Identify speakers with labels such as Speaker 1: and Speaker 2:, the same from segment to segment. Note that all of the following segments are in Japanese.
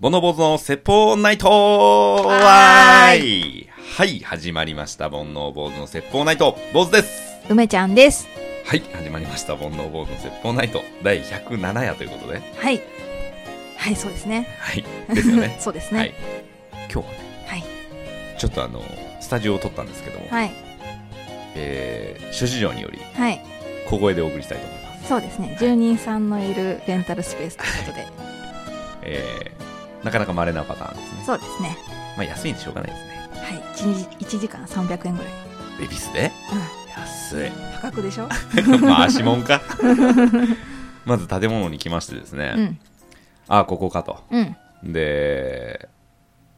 Speaker 1: ボノボズの説法ナイトわーいはい、始まりました。煩悩坊主の説法ナイト坊主です
Speaker 2: 梅ちゃんです。
Speaker 1: はい、始まりました。煩悩坊主の説法ナイト第107夜ということで。
Speaker 2: はい。はい、そうですね。
Speaker 1: はい、ですよ ね。
Speaker 2: そうです
Speaker 1: は
Speaker 2: ね
Speaker 1: い。。今日はね、
Speaker 2: はい。
Speaker 1: ちょっとあの、スタジオを撮ったんですけども、
Speaker 2: はい。
Speaker 1: えー、諸事情により
Speaker 2: はい。
Speaker 1: 小声でお送りしたいと思います。
Speaker 2: そうですね。住人さんのいるレンタルスペースということで。
Speaker 1: えー、なかなか稀なパターン ですね。
Speaker 2: そうですね。
Speaker 1: まあ、安いんでしょうがないですね。
Speaker 2: はい。1, 日1時間300円ぐらい。
Speaker 1: 恵比寿で
Speaker 2: う
Speaker 1: 安い。
Speaker 2: ん。破格でしょ
Speaker 1: まあ足もんかまず建物に来ましてですね、
Speaker 2: うん。
Speaker 1: ああここかと
Speaker 2: うん。
Speaker 1: で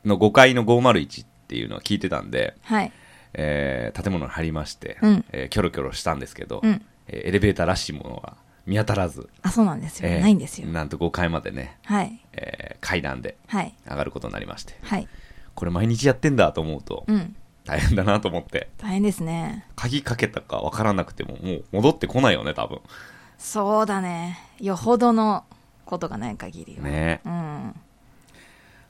Speaker 1: の5階の501っていうのは聞いてたんで、
Speaker 2: はい。
Speaker 1: えー建物に入りまして、
Speaker 2: うん
Speaker 1: えーキョロキョロしたんですけど、
Speaker 2: うん。
Speaker 1: えーエレベーターらしいものが見当たらず、
Speaker 2: あ、そうなんですよ。
Speaker 1: えー
Speaker 2: ないんですよ。
Speaker 1: なんと5階までね、
Speaker 2: はい。
Speaker 1: えー階段で
Speaker 2: はい。
Speaker 1: 上がることになりまして
Speaker 2: はい。
Speaker 1: これ毎日やってんだと思うと
Speaker 2: うん。
Speaker 1: 大変だなと思って
Speaker 2: 大変ですね。
Speaker 1: 鍵かけたかわからなくてももう戻ってこないよね多分
Speaker 2: そうだね。よほどのことがない限りは。
Speaker 1: ね
Speaker 2: うん。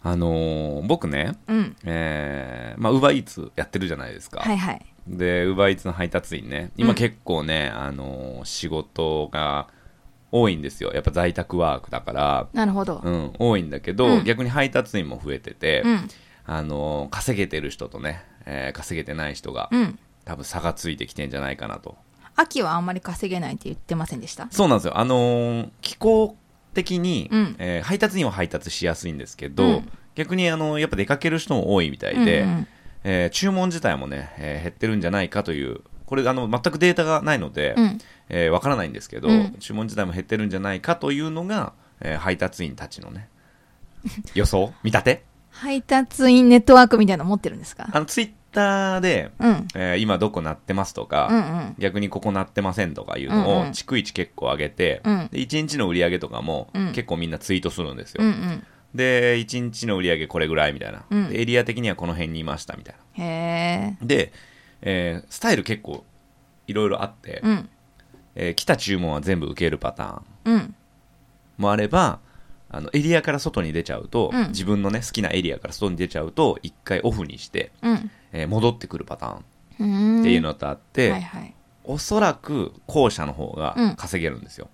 Speaker 1: あのー僕ね
Speaker 2: うん。
Speaker 1: えー、まあ、ウーバーイーツやってるじゃないですか。
Speaker 2: はいはい。
Speaker 1: で、ウーバーイーツの配達員ね、
Speaker 2: う
Speaker 1: 今
Speaker 2: ん
Speaker 1: 結構ね、あのー仕事が多いんですよ。やっぱ在宅ワークだから、
Speaker 2: なるほど
Speaker 1: う。ん、多いんだけど、
Speaker 2: うん
Speaker 1: 逆に配達員も増えてて、
Speaker 2: うん。
Speaker 1: あのー稼げてる人とね、えー稼げてない人が、
Speaker 2: うん。
Speaker 1: 多分差がついてきてんじゃないかなと。
Speaker 2: 秋はあんまり稼げないって言ってませんでした
Speaker 1: そうなんですよ。あのー気候的に、
Speaker 2: うん
Speaker 1: えー配達員は配達しやすいんですけど、
Speaker 2: うん
Speaker 1: 逆に、あのーやっぱ出かける人も多いみたいで、
Speaker 2: うんうん
Speaker 1: えー注文自体もね、えー減ってるんじゃないかという、これあの全くデータがないので、
Speaker 2: うん
Speaker 1: えーわからないんですけど、
Speaker 2: うん
Speaker 1: 注文自体も減ってるんじゃないかというのが、えー配達員たちのね、予想、見立て、
Speaker 2: 配達員ネットワークみたいなの持ってるんですか
Speaker 1: あのツイッターで、
Speaker 2: うん。
Speaker 1: えー今どこ鳴ってますと
Speaker 2: うんう
Speaker 1: か、
Speaker 2: ん。
Speaker 1: 逆にここ鳴ってませんとかいうのを、
Speaker 2: うんうん
Speaker 1: 逐一結構上げて、
Speaker 2: うん
Speaker 1: で1日の売り上げとかも、
Speaker 2: うん
Speaker 1: 結構みんなツイートするんですよ。
Speaker 2: うんうん
Speaker 1: で、1日の売り上げこれぐらいみたいな、
Speaker 2: うん
Speaker 1: でエリア的にはこの辺にいましたみたいな。。
Speaker 2: へえ。
Speaker 1: で、えースタイル結構いろいろあって、
Speaker 2: うん。
Speaker 1: えー来た注文は全部受けるパターン
Speaker 2: うん。
Speaker 1: もあればあのエリアから外に出ちゃうと、
Speaker 2: うん
Speaker 1: 自分のね好きなエリアから外に出ちゃうと一回オフにして、
Speaker 2: うん。
Speaker 1: えー戻ってくるパターン
Speaker 2: うん。
Speaker 1: っていうのとあって、
Speaker 2: はいはい。
Speaker 1: おそらく後者の方が
Speaker 2: うん
Speaker 1: 稼げるんですよ、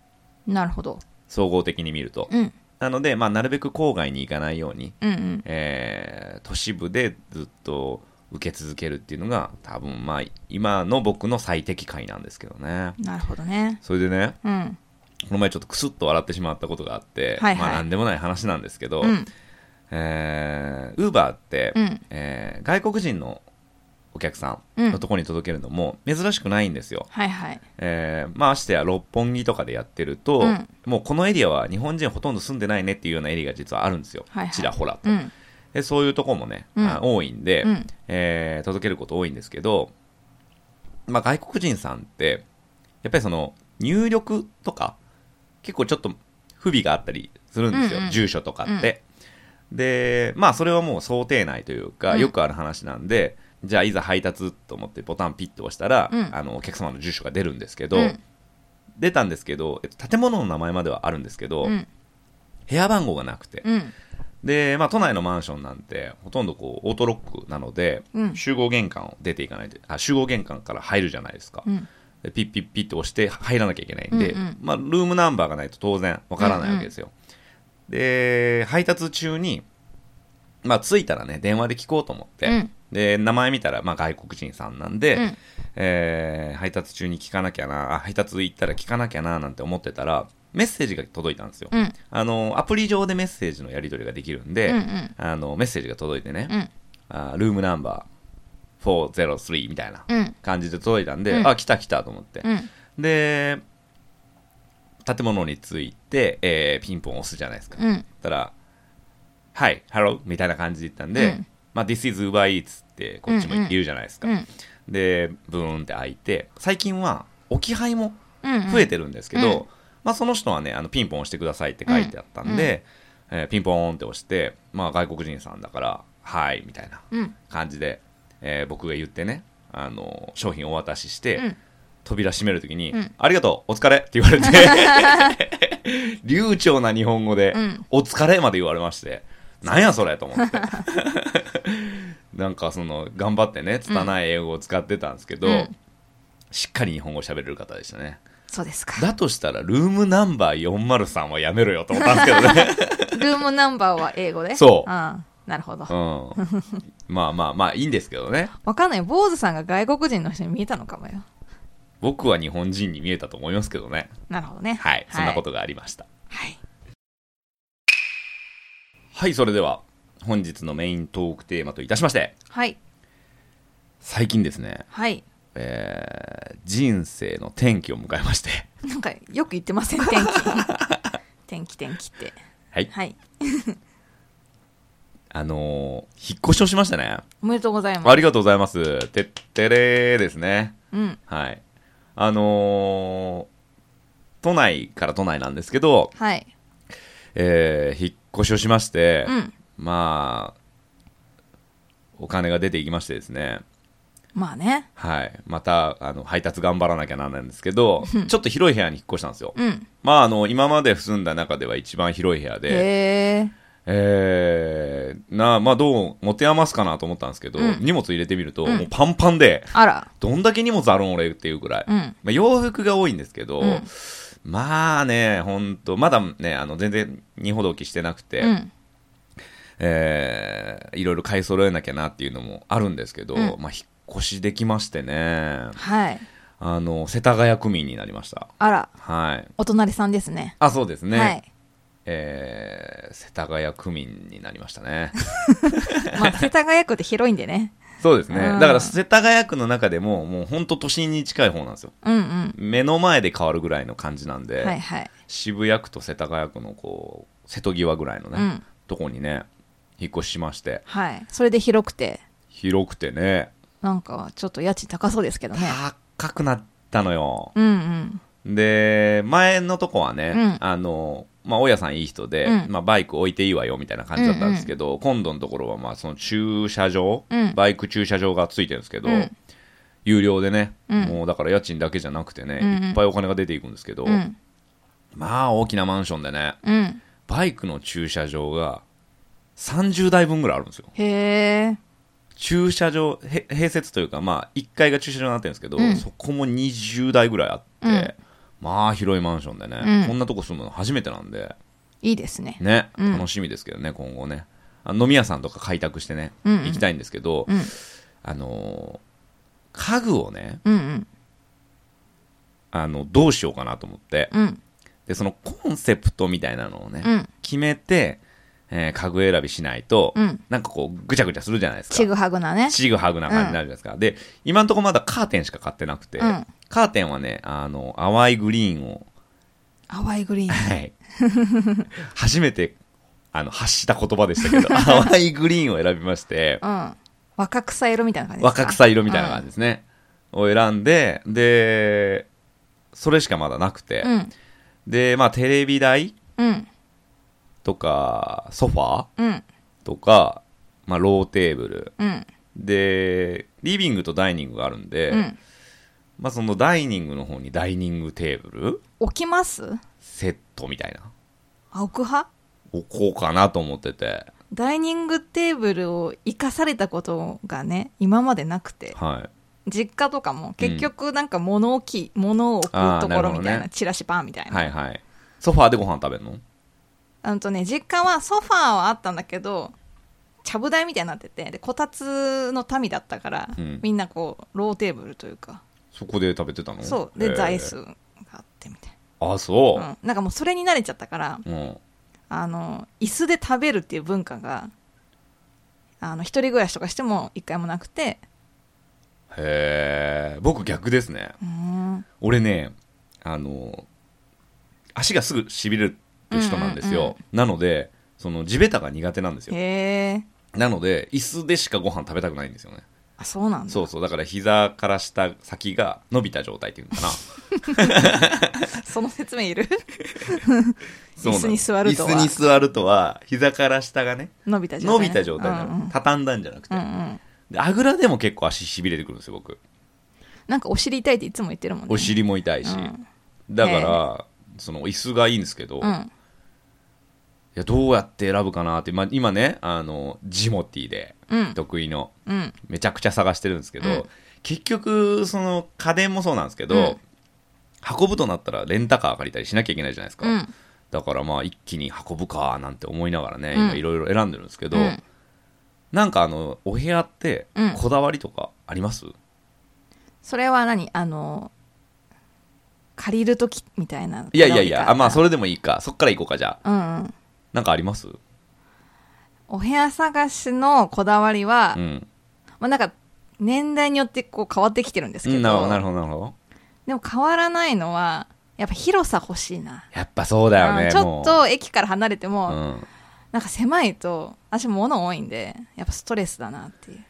Speaker 2: なるほど。
Speaker 1: 総合的に見ると、
Speaker 2: うん。
Speaker 1: なので、まあ、なるべく郊外に行かないように、
Speaker 2: うんうん。
Speaker 1: えー都市部でずっと受け続けるっていうのが多分まあ今の僕の最適解なんですけどね
Speaker 2: なるほどね。
Speaker 1: それでね
Speaker 2: うん。
Speaker 1: この前ちょっとクスッと笑ってしまったことがあって、
Speaker 2: はいはい
Speaker 1: まあなんでもない話なんですけど、
Speaker 2: うん。
Speaker 1: えー、Uber って、
Speaker 2: うん
Speaker 1: えー外国人のお客さ
Speaker 2: うんん
Speaker 1: のところに届けるのも珍しくないんですよ。
Speaker 2: はいはい。
Speaker 1: えーまあ、してや六本木とかでやってると、
Speaker 2: うん
Speaker 1: もうこのエリアは日本人ほとんど住んでないねっていうようなエリアが実はあるんですよ。
Speaker 2: はいはい
Speaker 1: ちらほらと、
Speaker 2: うん。
Speaker 1: で。そういうとこもね、
Speaker 2: うん
Speaker 1: あ多いんで、
Speaker 2: うん。
Speaker 1: えー届けること多いんですけど、まあ、外国人さんってやっぱりその入力とか結構ちょっと不備があったりするんですよ、
Speaker 2: うんうん
Speaker 1: 住所とかって、でまあそれはもう想定内というか
Speaker 2: うん
Speaker 1: よくある話なんで、じゃあいざ配達と思ってボタンピッと押したら、
Speaker 2: うん
Speaker 1: あのお客様の住所が出るんですけど、
Speaker 2: うん
Speaker 1: 出たんですけどえっと建物の名前まではあるんですけど、
Speaker 2: うん。
Speaker 1: 部屋番号がなくて、
Speaker 2: うん。
Speaker 1: で、まあ、都内のマンションなんて、ほとんどこう、オートロックなので、
Speaker 2: うん
Speaker 1: 集合玄関を出ていかないと、あ、集合玄関から入るじゃないですか。
Speaker 2: うん。
Speaker 1: でピッピッピッと押して入らなきゃいけないんで、
Speaker 2: うんうん
Speaker 1: まあ、ルームナンバーがないと当然わからないわけですよ。で、配達中に、まあ、着いたらね、電話で聞こうと思って、
Speaker 2: うん
Speaker 1: で、名前見たら、まあ、外国人さんなんで、
Speaker 2: うん
Speaker 1: えー配達中に聞かなきゃな、あ、配達行ったら聞かなきゃな、なんて思ってたら、メッセージが届いたんですよ。
Speaker 2: うん。
Speaker 1: あの、アプリ上でメッセージのやり取りができるんで、
Speaker 2: うんうん
Speaker 1: あの、メッセージが届いてね、
Speaker 2: うん。
Speaker 1: あルームナンバー403みたいな
Speaker 2: うん。
Speaker 1: 感じで届いたんで、
Speaker 2: うん
Speaker 1: あ、来た来たと思って。
Speaker 2: うん。
Speaker 1: で、建物に着いて、えーピンポン押すじゃないですか。
Speaker 2: うん。
Speaker 1: たら、はい、ハローみたいな感じで言ったんで、
Speaker 2: うん
Speaker 1: まあ、This is Uber Eats ってこっちも
Speaker 2: うんうん
Speaker 1: 言うじゃないですか。
Speaker 2: うん。
Speaker 1: で、ブーンって開いて、最近は置き配も
Speaker 2: うん。
Speaker 1: 増えてるんですけど、
Speaker 2: うん
Speaker 1: まあ、その人はねあのピンポン押してくださいって書いてあったんで、えーピンポーンって押して、まあ、外国人さんだから「はい」みたいな
Speaker 2: うん。
Speaker 1: 感じで、えー僕が言ってねあの商品お渡しして、
Speaker 2: うん
Speaker 1: 扉閉めるときに、
Speaker 2: うん
Speaker 1: ありがとうお疲れ」って言わ れて流暢な日本語で「
Speaker 2: うん
Speaker 1: お疲れ」まで言われましてなんやそれと思 ってなんかその頑張ってね拙い英語を使ってたんですけど、
Speaker 2: うん
Speaker 1: しっかり日本語喋れる方でしたね
Speaker 2: そうですか。
Speaker 1: だとしたらルームナンバー403はやめろよと思ったんですけどね
Speaker 2: ルームナンバーは英語で
Speaker 1: そう
Speaker 2: ああなるほど。
Speaker 1: うん、まあまあまあいいんですけどね
Speaker 2: わかんない。坊主さんが外国人の人に見えたのかもよ。
Speaker 1: 僕は日本人に見えたと思いますけどね
Speaker 2: なるほどね。
Speaker 1: はい、そんなことがありました
Speaker 2: はい。
Speaker 1: はいそれでは本日のメイントークテーマといたしまして
Speaker 2: はい。
Speaker 1: 最近ですね、
Speaker 2: はい。
Speaker 1: えー人生の転機を迎えまして
Speaker 2: なんか、よく言ってません、天気。天気、天気って。
Speaker 1: はい
Speaker 2: はい。
Speaker 1: あのー引っ越しをしましたね
Speaker 2: おめでとうございま
Speaker 1: あ
Speaker 2: す。
Speaker 1: りがとうございますてってれーですね
Speaker 2: うん。
Speaker 1: はいあのー都内から都内なんですけど、
Speaker 2: はい。
Speaker 1: えー引っ越しをしまして、
Speaker 2: うん。
Speaker 1: まあ、お金が出ていきましてですね、
Speaker 2: まあね。
Speaker 1: はい、またあの配達頑張らなきゃなんないんですけど、ちょっと広い部屋に引っ越したんですよ。
Speaker 2: うん。
Speaker 1: まあ、あの今まで住んだ中では一番広い部屋で、
Speaker 2: へえ。
Speaker 1: えーなまあ、どう持て余すかなと思ったんですけど、
Speaker 2: うん
Speaker 1: 荷物入れてみると、
Speaker 2: うん
Speaker 1: もうパンパンで、
Speaker 2: あら。
Speaker 1: どんだけ荷物あるん俺っていうくらい、
Speaker 2: うん
Speaker 1: まあ、洋服が多いんですけど、
Speaker 2: うん
Speaker 1: まあね、本当まだね、あの全然荷ほどきしてなくて、
Speaker 2: うん。
Speaker 1: えーいろいろ買い揃えなきゃなっていうのもあるんですけど、
Speaker 2: うん
Speaker 1: まあ、引っ越しできましてね
Speaker 2: はい。
Speaker 1: あの世田谷区民になりました
Speaker 2: あら。
Speaker 1: はい
Speaker 2: お隣さんですね。
Speaker 1: あそうですね、
Speaker 2: はい。
Speaker 1: えー世田谷区民になりましたね
Speaker 2: まあ、世田谷区って広いんでね。
Speaker 1: そうですね
Speaker 2: うん
Speaker 1: だから世田谷区の中でももう本当都心に近い方なんですよ
Speaker 2: うんうん。
Speaker 1: 目の前で変わるぐらいの感じなんで、
Speaker 2: はいはい。
Speaker 1: 渋谷区と世田谷区のこう瀬戸際ぐらいのね、
Speaker 2: うん
Speaker 1: とこにね引っ越ししまして
Speaker 2: はい。それで広くて、
Speaker 1: 広くてね
Speaker 2: なんか、ちょっと家賃高そうですけどね。
Speaker 1: 高くなったのよ
Speaker 2: うんうん。
Speaker 1: で前のとこはね、
Speaker 2: うん
Speaker 1: あのまあ大家さんいい人で、
Speaker 2: うん
Speaker 1: まあ、バイク置いていいわよみたいな感じだったんですけど、今度のところはまあその駐車場、
Speaker 2: うん
Speaker 1: バイク駐車場がついてるんですけど、
Speaker 2: うん
Speaker 1: 有料でね、
Speaker 2: うん
Speaker 1: もうだから家賃だけじゃなくてね、
Speaker 2: うんうん
Speaker 1: いっぱいお金が出ていくんですけど、
Speaker 2: うん。
Speaker 1: まあ大きなマンションでね
Speaker 2: うん。
Speaker 1: バイクの駐車場が30台分ぐらいあるんですよ
Speaker 2: へえ。
Speaker 1: 駐車場へ併設というか、まあ、1階が駐車場になってるんですけど、
Speaker 2: うん
Speaker 1: そこも20台ぐらいあって、
Speaker 2: うん
Speaker 1: まあ広いマンションでね、
Speaker 2: うん
Speaker 1: こんなとこ住むの初めてなんで
Speaker 2: いいですね。
Speaker 1: ね、
Speaker 2: うん
Speaker 1: 楽しみですけどね今後ねあ飲み屋さんとか開拓してね、
Speaker 2: うんうん
Speaker 1: 行きたいんですけど、
Speaker 2: うん
Speaker 1: あのー家具をね
Speaker 2: うんうん。
Speaker 1: あのどうしようかなと思って
Speaker 2: うん。
Speaker 1: でそのコンセプトみたいなのをね、
Speaker 2: うん。
Speaker 1: 決めて、えー家具選びしないと、
Speaker 2: うん
Speaker 1: なんかこうぐちゃぐちゃするじゃないですか
Speaker 2: ちぐはぐなね。
Speaker 1: ちぐはぐな感じになるじゃないですか。で、今のところまだカーテンしか買ってなくて、
Speaker 2: うん
Speaker 1: カーテンはね、あの、淡いグリーンを、
Speaker 2: 淡いグリーン。
Speaker 1: はい。初めて、あの、発した言葉でしたけ ど、淡いグリーンを選びまして、
Speaker 2: うん。若草色みたいな感じですか
Speaker 1: 若草色みたいな感じですね。を選んで、で、それしかまだなくて、
Speaker 2: うん。
Speaker 1: で、まあ、テレビ台
Speaker 2: うん。
Speaker 1: とか、ソファー
Speaker 2: うん。
Speaker 1: とか、まあ、ローテーブル。
Speaker 2: うん。
Speaker 1: で、リビングとダイニングがあるんで、
Speaker 2: うん。
Speaker 1: まあ、そのダイニングの方にダイニングテーブル
Speaker 2: 置きます
Speaker 1: セットみたいな
Speaker 2: あ、置く派
Speaker 1: 置こうかなと思ってて、
Speaker 2: ダイニングテーブルを生かされたことがね、今までなくて。
Speaker 1: はい、
Speaker 2: 実家とかも結局なんか物置、物を置く
Speaker 1: あー
Speaker 2: と
Speaker 1: な
Speaker 2: こ
Speaker 1: るほ
Speaker 2: ろ
Speaker 1: ど
Speaker 2: み
Speaker 1: ね
Speaker 2: たいな、チラシパンみたいな。
Speaker 1: はいはいソファーでご飯食べるの
Speaker 2: あのとね、実家はソファーはあったんだけど、ちゃぶ台みたいになってて、で、こたつの民だったから、
Speaker 1: うん
Speaker 2: みんなこう、ローテーブルというか、
Speaker 1: そこで食べてたの
Speaker 2: そう、で、座椅子
Speaker 1: えー
Speaker 2: があってみたい
Speaker 1: あそう
Speaker 2: な。うん。なんかもうそれに慣れちゃったから、
Speaker 1: うん、
Speaker 2: あの、椅子で食べるっていう文化が、あの、一人暮らしとかしても一回もなくて、
Speaker 1: へえ僕逆ですね
Speaker 2: うーん。
Speaker 1: 俺ねあの足がすぐしびれる人なんですよ、
Speaker 2: うんうん
Speaker 1: なのでその地べたが苦手なんですよ
Speaker 2: へえ。
Speaker 1: なので椅子でしかご飯食べたくないんですよね
Speaker 2: あ、そうなんだ。
Speaker 1: そうそうだから膝から下先が伸びた状態っていうのかな
Speaker 2: その説明 いる
Speaker 1: そうなの
Speaker 2: 椅子に座るとは
Speaker 1: 椅子に座るとは膝から下がね
Speaker 2: 伸びた状態、
Speaker 1: 伸びた状態なの、
Speaker 2: うんうん
Speaker 1: 畳んだんじゃなくて、
Speaker 2: うんうん
Speaker 1: であぐらでも結構足しびれてくるんですよ僕
Speaker 2: なんかお尻痛いっていつも言ってるもんね。
Speaker 1: お尻も痛いし、
Speaker 2: うん
Speaker 1: だから、その椅子がいいんですけど、
Speaker 2: うん。
Speaker 1: やどうやって選ぶかなって、まあ、今ねあのジモティーで
Speaker 2: うん
Speaker 1: 得意の
Speaker 2: うん
Speaker 1: めちゃくちゃ探してるんですけど、
Speaker 2: うん
Speaker 1: 結局その家電もそうなんですけど、
Speaker 2: うん
Speaker 1: 運ぶとなったらレンタカー借りたりしなきゃいけないじゃないですか、
Speaker 2: うん
Speaker 1: だからまあ一気に運ぶかなんて思いながらね、
Speaker 2: うん
Speaker 1: 今いろいろ選んでるんですけど、
Speaker 2: うん
Speaker 1: なんかあのお部屋って
Speaker 2: うん
Speaker 1: こだわりとかあります、
Speaker 2: それは何あの借りる時みたいない
Speaker 1: いやいやいやあまあそ
Speaker 2: れ
Speaker 1: れでもいいかそっから行こうかじゃあ
Speaker 2: うんうん
Speaker 1: なんかあります
Speaker 2: お部屋探しのこだわりは、
Speaker 1: うん、
Speaker 2: まあなんか年代によってこう変わってきてるんです
Speaker 1: う
Speaker 2: けど
Speaker 1: ん、なるほどなるほどなるほど
Speaker 2: でも変わらないのはやっぱ広さ欲しいな、
Speaker 1: やっぱそうだよ
Speaker 2: う
Speaker 1: ね
Speaker 2: んちょっ
Speaker 1: も
Speaker 2: と駅から離れて
Speaker 1: う
Speaker 2: も、
Speaker 1: うん、
Speaker 2: なんか狭いと私物多いんでやっぱストレスだなっていう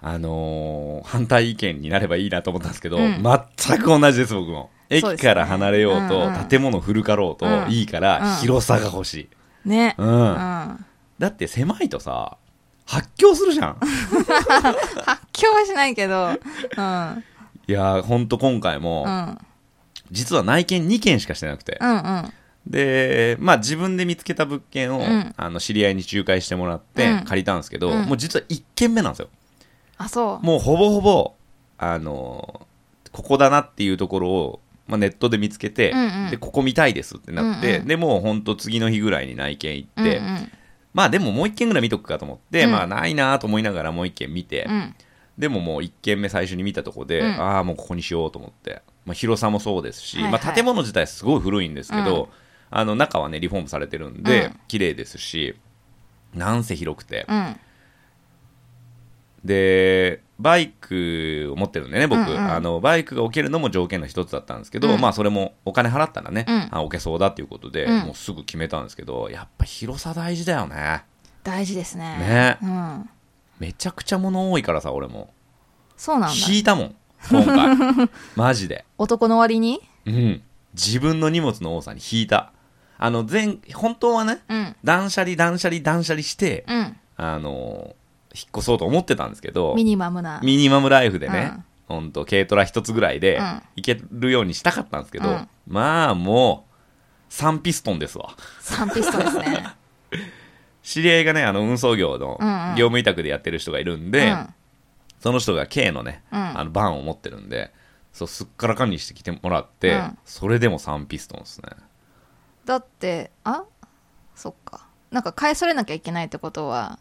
Speaker 1: あのー反対意見になればいいなと思ったんですけど、
Speaker 2: うん
Speaker 1: 全く同じです僕も
Speaker 2: そう
Speaker 1: 駅
Speaker 2: ですね
Speaker 1: から離れようと
Speaker 2: うんうん
Speaker 1: 建物古かろうと、
Speaker 2: うん
Speaker 1: いいから
Speaker 2: うん
Speaker 1: 広さが欲しい、
Speaker 2: ね
Speaker 1: うん
Speaker 2: うん
Speaker 1: だって狭いとさ発狂するじゃん
Speaker 2: 発狂はしないけど、うん、
Speaker 1: いやーほんと今回も、
Speaker 2: うん、
Speaker 1: 実は内見2件しかしてなくて
Speaker 2: う、ん、うん、
Speaker 1: でまあ自分で見つけた物件を、
Speaker 2: うん
Speaker 1: あの知り合いに仲介してもらって
Speaker 2: うん
Speaker 1: 借りたんですけど、
Speaker 2: うん
Speaker 1: もう実は1軒目なんですよ
Speaker 2: あ、そう。
Speaker 1: もうほぼほぼ、あのーここだなっていうところを、まあ、ネットで見つけて、
Speaker 2: うんうん
Speaker 1: でここ見たいですってなって、
Speaker 2: うんうん
Speaker 1: でもうほんと次の日ぐらいに内見行って、
Speaker 2: うんうん、
Speaker 1: まあでももう1軒ぐらい見とくかと思って、
Speaker 2: うん
Speaker 1: まあないなと思いながらもう1軒見て、
Speaker 2: うん、
Speaker 1: でももう1軒目最初に見たとこで、
Speaker 2: うん
Speaker 1: ああもうここにしようと思って、まあ、広さもそうですし、
Speaker 2: はいはい
Speaker 1: まあ、建物自体すごい古いんですけど、
Speaker 2: うん
Speaker 1: あの中はねリフォームされてるんで、
Speaker 2: うん
Speaker 1: 綺麗ですしなんせ広くて、
Speaker 2: うん、
Speaker 1: でバイクを持ってるんでね僕、
Speaker 2: うんうん
Speaker 1: あのバイクが置けるのも条件の一つだったんですけど、
Speaker 2: うん
Speaker 1: まあそれもお金払ったらね、
Speaker 2: うん
Speaker 1: あ置けそうだっていうことで、
Speaker 2: うん
Speaker 1: もうすぐ決めたんですけどやっぱ広さ大事だよね
Speaker 2: 大事ですね。
Speaker 1: ね
Speaker 2: うん、
Speaker 1: めちゃくちゃ物多いからさ俺も
Speaker 2: そうなんだ。
Speaker 1: 引いたもん今 回マジで
Speaker 2: 男の割に。
Speaker 1: うん自分の荷物の多さに引いたあの前本当はね
Speaker 2: うん、
Speaker 1: 断捨離断捨離断捨離して、
Speaker 2: うん、
Speaker 1: あの引っ越そうと思ってたんですけど
Speaker 2: ミニマムな。
Speaker 1: ミニマムライフでね
Speaker 2: うん、
Speaker 1: ほんと軽トラ一つぐらいで
Speaker 2: うん
Speaker 1: いけるようにしたかったんですけど、
Speaker 2: うん
Speaker 1: まあもう、3ピストンですわ。
Speaker 2: 三ピストです ね。
Speaker 1: 知り合いがね、あの運送業の
Speaker 2: うんうん
Speaker 1: 業務委託でやってる人がいるんで、
Speaker 2: うん
Speaker 1: その人が K のね、
Speaker 2: うん
Speaker 1: あのバンを持ってるんで、そうすっからかんにしてきてもらって、
Speaker 2: うん
Speaker 1: それでも3ピストンですね。
Speaker 2: だって、あ、そっか。なんか返されなきゃいけないってことは。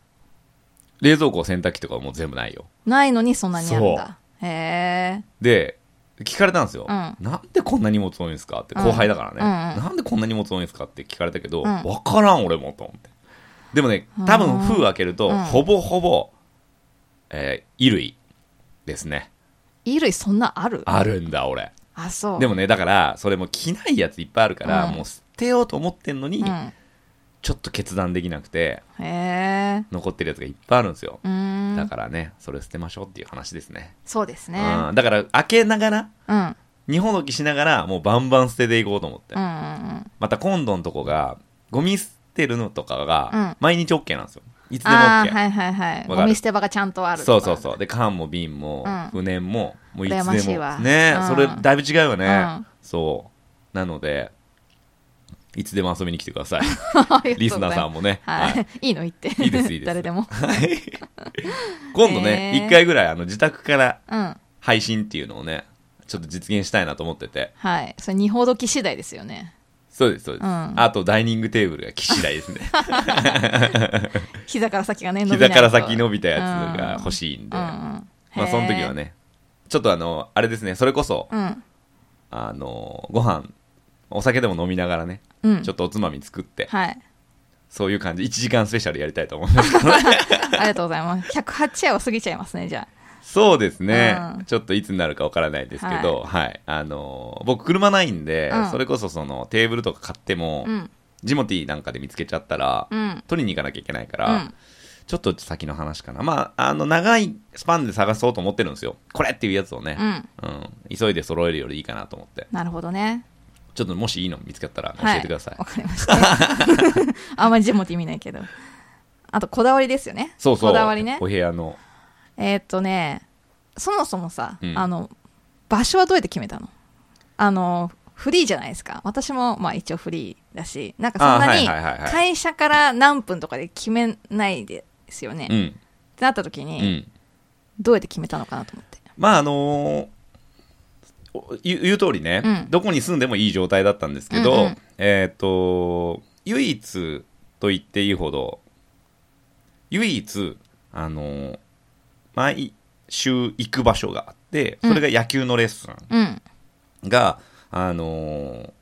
Speaker 1: 冷蔵庫、洗濯機とかもう全部ないよ。
Speaker 2: ないのに、そんなにあるんだ。へえ。
Speaker 1: で、聞かれたんですよ、
Speaker 2: うん
Speaker 1: なんでこんな荷物多いんですかって、
Speaker 2: うん
Speaker 1: 後輩だからね、
Speaker 2: うんうん
Speaker 1: なんでこんな荷物多いんですかって聞かれたけど、
Speaker 2: うん
Speaker 1: わからん、俺もと思って。でもね、多
Speaker 2: う
Speaker 1: 分
Speaker 2: ん
Speaker 1: 封開けると、
Speaker 2: うん
Speaker 1: ほぼほぼ、えー衣類ですね。
Speaker 2: 衣類そんなある。
Speaker 1: あ。るんだ、俺。
Speaker 2: あ、そう。
Speaker 1: で
Speaker 2: も。
Speaker 1: もね、だから、それも着ないやついっぱいあるから、
Speaker 2: うん
Speaker 1: もう捨てようと思ってんのに、
Speaker 2: うん。
Speaker 1: ちょっと決断できなくて、
Speaker 2: へえ。
Speaker 1: 残ってるやつがいっぱいあるんですよ。
Speaker 2: うー
Speaker 1: だ
Speaker 2: ん。
Speaker 1: からね、それ捨てましょうっていう話ですね。
Speaker 2: そうですね。
Speaker 1: うん、だから、開けながら、
Speaker 2: うん。うん
Speaker 1: 二ほどきしながら、もうバンバン捨てていこうと思って。
Speaker 2: うんうん。
Speaker 1: また今度のとこがゴミ捨てるのとか
Speaker 2: うん
Speaker 1: が毎日 OK なんですよ、いつでも OK、
Speaker 2: ああ、はいはいはい。
Speaker 1: わ
Speaker 2: ゴ
Speaker 1: かる
Speaker 2: ミ捨て場がちゃんとある。
Speaker 1: そう そうそうで缶も瓶も
Speaker 2: うん
Speaker 1: 不燃ももうい
Speaker 2: 羨ま
Speaker 1: つ
Speaker 2: し
Speaker 1: で
Speaker 2: い
Speaker 1: も
Speaker 2: わ
Speaker 1: ね
Speaker 2: うん
Speaker 1: それだいぶ違うよね、
Speaker 2: うん
Speaker 1: そうなのでいつでも遊びに来てください
Speaker 2: ありがとうございます。
Speaker 1: リスナーさんもね、
Speaker 2: は
Speaker 1: はい
Speaker 2: い。いいの言って。
Speaker 1: いいですいいです
Speaker 2: 誰でも。
Speaker 1: 今度ね、
Speaker 2: へー
Speaker 1: 1回ぐらいあの自宅から
Speaker 2: うん。
Speaker 1: 配信っていうのをねちょっと実現したいなと思ってて
Speaker 2: はい。それ、二ほどき次第ですよね。
Speaker 1: そうですそうです、
Speaker 2: うん
Speaker 1: あとダイニングテーブルが岸台ですね
Speaker 2: 膝から先がね、伸びな
Speaker 1: 膝
Speaker 2: いと
Speaker 1: から先伸びたやつが欲しいんで、
Speaker 2: うんうん。
Speaker 1: まあ、その時は
Speaker 2: ね。
Speaker 1: ね、ちょっとあの、あれですね、それこそ、
Speaker 2: うん。
Speaker 1: あの、ご飯、お酒でも飲みながらね、
Speaker 2: うん
Speaker 1: ちょ。っとおつまみ作って、
Speaker 2: はい。
Speaker 1: そういう感じ、1時間スペシャルやりたいと思いますけど、
Speaker 2: ありがとうございます。108夜を過ぎちゃいますね、じゃ
Speaker 1: そうですね、
Speaker 2: うん
Speaker 1: ちょっといつになるかわからないですけど、はい、あの、僕、車ないんで、
Speaker 2: うん
Speaker 1: それこそそのテーブルとか買っても
Speaker 2: あ。、うん。
Speaker 1: ジモティーなんかで見つけちゃったら、
Speaker 2: うん。
Speaker 1: 取りに行かなきゃいけないか
Speaker 2: う
Speaker 1: ら、
Speaker 2: ん。
Speaker 1: ちょっと先の話かな。まあ、あの、長いスパンで探そうと思ってるんですよ。これっていうやつをね
Speaker 2: う、ん。
Speaker 1: うん、急いで揃えるよりいいかなと思って。
Speaker 2: なるほどね。
Speaker 1: ちょっともしいいの見つかったら教
Speaker 2: はい。
Speaker 1: えてください。
Speaker 2: わかりま した。あんまり字も見ないけど。あと、こだわりですよね。
Speaker 1: そうそう。
Speaker 2: こだわりね
Speaker 1: お。部屋の。
Speaker 2: えーっとね、そもそもさ、
Speaker 1: うん
Speaker 2: あの、場所はどうやって決めたのあの、フリーじゃないですか。私も、まあ一応フリーだしなんかそんなに
Speaker 1: あはいはいはいはい
Speaker 2: 会社から何分とかで決めないですよね、
Speaker 1: う
Speaker 2: っ
Speaker 1: ん、
Speaker 2: てなった時
Speaker 1: う
Speaker 2: に、
Speaker 1: ん、
Speaker 2: どうやって決めたのかなと思って
Speaker 1: まああのーお言う言う通りね、
Speaker 2: うん
Speaker 1: どこに住んでもいい状態だったんですけど、
Speaker 2: うんうん
Speaker 1: えっ、と唯一と言っていいほど唯一あのー毎週行く場所があってそれが野球のレッス
Speaker 2: うん
Speaker 1: ンが、あのー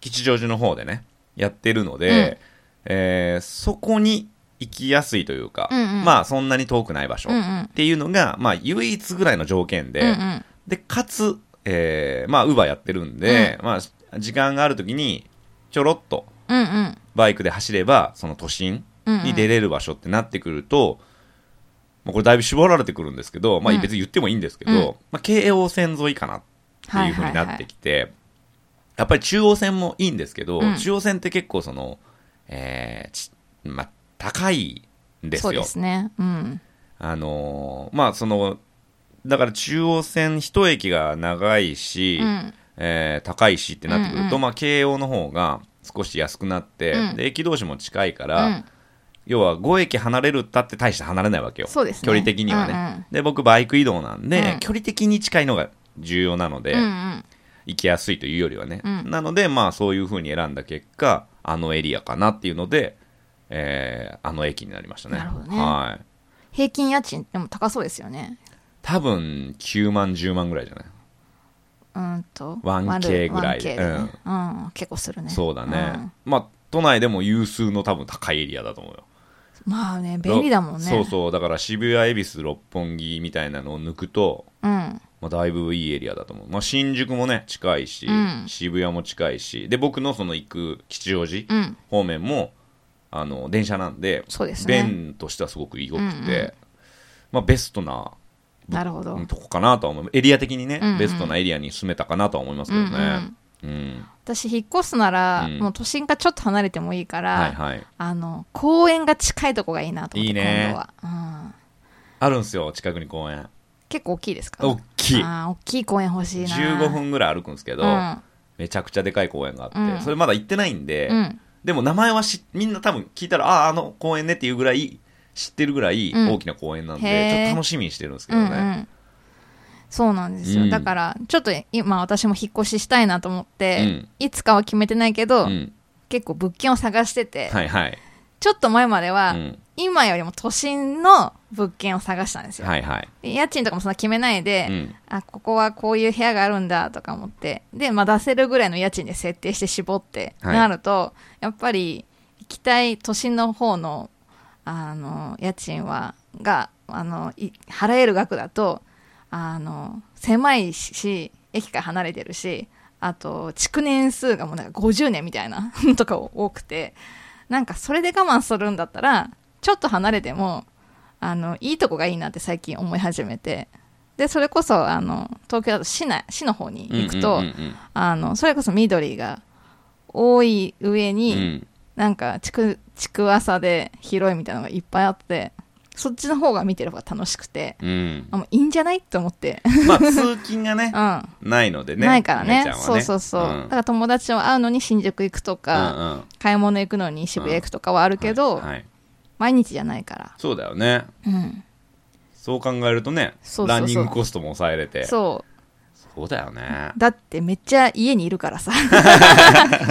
Speaker 1: 吉祥寺の方でねやってるので、えーそこに行きやすいというか、
Speaker 2: うんうん
Speaker 1: まあそんなに遠くない場所
Speaker 2: うんう
Speaker 1: っ
Speaker 2: ん
Speaker 1: ていうのが、まあ唯一ぐらいの条件で、
Speaker 2: うんうん
Speaker 1: で、かつ、えーまあ、ウーバーやってるんで、まあ、時間があるときに、ちょろっと
Speaker 2: うんうん
Speaker 1: バイクで走れば、その都心
Speaker 2: うん
Speaker 1: に出れる場所ってなってくると、まあこれだいぶ絞られてくるんですけど、まあ、
Speaker 2: うん
Speaker 1: 別に言ってもいいんですけど、
Speaker 2: うん
Speaker 1: まあ、京王線沿いかなっていうふうになってきて、やっぱり中央線もいいんですけど、
Speaker 2: うん
Speaker 1: 中央線って結構その、えーちまあ、高いんですよ。
Speaker 2: そうですねうん
Speaker 1: あのーまあそのだから中央線一駅が長いし、
Speaker 2: うん
Speaker 1: えー高いしってなってくると、
Speaker 2: うんうん
Speaker 1: まあ、京王の方が少し安くなって、
Speaker 2: うん
Speaker 1: で駅同士も近いか
Speaker 2: う
Speaker 1: ら、
Speaker 2: ん
Speaker 1: 要は5駅離れるったって大して離れないわけよ、
Speaker 2: そうですね
Speaker 1: 距離的にはね、で僕バイク移動なんで、
Speaker 2: うん
Speaker 1: 距離的に近いのが重要なので、
Speaker 2: うんうんうん
Speaker 1: 行きやすいというよりはね、
Speaker 2: うん
Speaker 1: なのでまあそういうふうに選んだ結果あのエリアかなっていうので、えーあの駅になりましたね
Speaker 2: なるほどね
Speaker 1: はい
Speaker 2: 平均家賃でも高そうですよね
Speaker 1: 多分9万10万ぐらいじゃないう
Speaker 2: ーんと
Speaker 1: 1K ぐらい
Speaker 2: 1K でねうん結構するね
Speaker 1: そうだね、まあ都内でも有数の多分高いエリアだと思うよ
Speaker 2: うんまあね便利だもんね
Speaker 1: そうそうだから渋谷恵比寿六本木みたいなのを抜くと、
Speaker 2: うん
Speaker 1: まあ、だいぶいいエリアだと思う、まあ、新宿もね近いし、
Speaker 2: うん
Speaker 1: 渋谷も近いしで僕のその行く吉祥寺
Speaker 2: うん
Speaker 1: 方面もあの電車なんで
Speaker 2: そうですね
Speaker 1: 便としてはすごく良くて、
Speaker 2: うんうん
Speaker 1: まあ、ベストな
Speaker 2: なるほど、
Speaker 1: うんとこかなとは思うエリア的にね、
Speaker 2: うんうん
Speaker 1: ベストなエリアに住めたかなとは思いますけどねうん、
Speaker 2: 私引っ越すなら、
Speaker 1: うん
Speaker 2: もう都心からちょっと離れてもいいから、
Speaker 1: はいはい
Speaker 2: あの公園が近いとこがいいなと思って
Speaker 1: いいね
Speaker 2: 今度は、うん、
Speaker 1: あるんですよ近くに公園
Speaker 2: 結構大きいですか
Speaker 1: 大きい
Speaker 2: あー大きい公園欲しいな
Speaker 1: 15分ぐらい歩くんですけど、
Speaker 2: うん
Speaker 1: めちゃくちゃでかい公園があって、
Speaker 2: うん
Speaker 1: それまだ行ってないんで、
Speaker 2: うん
Speaker 1: でも名前はしみんな多分聞いたらあああの公園ねっていうぐらい知ってるぐらい
Speaker 2: うん
Speaker 1: 大きな公園なんで、
Speaker 2: へ
Speaker 1: ち
Speaker 2: ー
Speaker 1: ょっと楽しみにしてるんですけ
Speaker 2: う
Speaker 1: ど
Speaker 2: んう
Speaker 1: ね、
Speaker 2: んそうなんですよ、
Speaker 1: うん
Speaker 2: だからちょっと今私も引っ越ししたいなと思って、
Speaker 1: うん
Speaker 2: いつかは決めてないけど、
Speaker 1: うん
Speaker 2: 結構物件を探してて、
Speaker 1: はいはい、
Speaker 2: ちょっと前までは、
Speaker 1: うん、
Speaker 2: 今よりも都心の物件を探したんですよ、
Speaker 1: はいはい、
Speaker 2: で家賃とかもそんな決めないで、
Speaker 1: うん、
Speaker 2: あここはこういう部屋があるんだとか思ってで、まあ、出せるぐらいの家賃で設定して絞って、
Speaker 1: はい
Speaker 2: なるとやっぱり行きたい都心の方のあの家賃はがあのい払える額だとあの狭いし駅から離れてるしあと築年数がもうなんか50年みたいな とか多くてなんかそれで我慢するんだったらちょっと離れてもあのいいとこがいいなって最近思い始めてでそれこそあの東京だと市内市の方に行く
Speaker 1: う
Speaker 2: と、
Speaker 1: んうんうん
Speaker 2: あのそれこそ緑が多い上
Speaker 1: う
Speaker 2: に、
Speaker 1: んうん
Speaker 2: なんかちくちくわさで広いみたいなのがいっぱいあってそっちの方が見てる方が楽しくて
Speaker 1: うん
Speaker 2: あもういいんじゃないと思って、
Speaker 1: まあ通勤がね
Speaker 2: うん、
Speaker 1: ないのでね
Speaker 2: ないからね
Speaker 1: 梅ちゃんは
Speaker 2: そうそうそう、
Speaker 1: ん
Speaker 2: だから友達と会うのに新宿行くとか、
Speaker 1: うんうん
Speaker 2: 買い物行くのに渋谷行くとかはあるけど、
Speaker 1: はいはい
Speaker 2: 毎日じゃないから、
Speaker 1: そうだよね
Speaker 2: うん、
Speaker 1: そう考えるとね
Speaker 2: そうそうそ
Speaker 1: ラ
Speaker 2: う
Speaker 1: ンニングコストも抑えれてそう
Speaker 2: そ
Speaker 1: だよね
Speaker 2: うだってめっちゃ家にいるから さ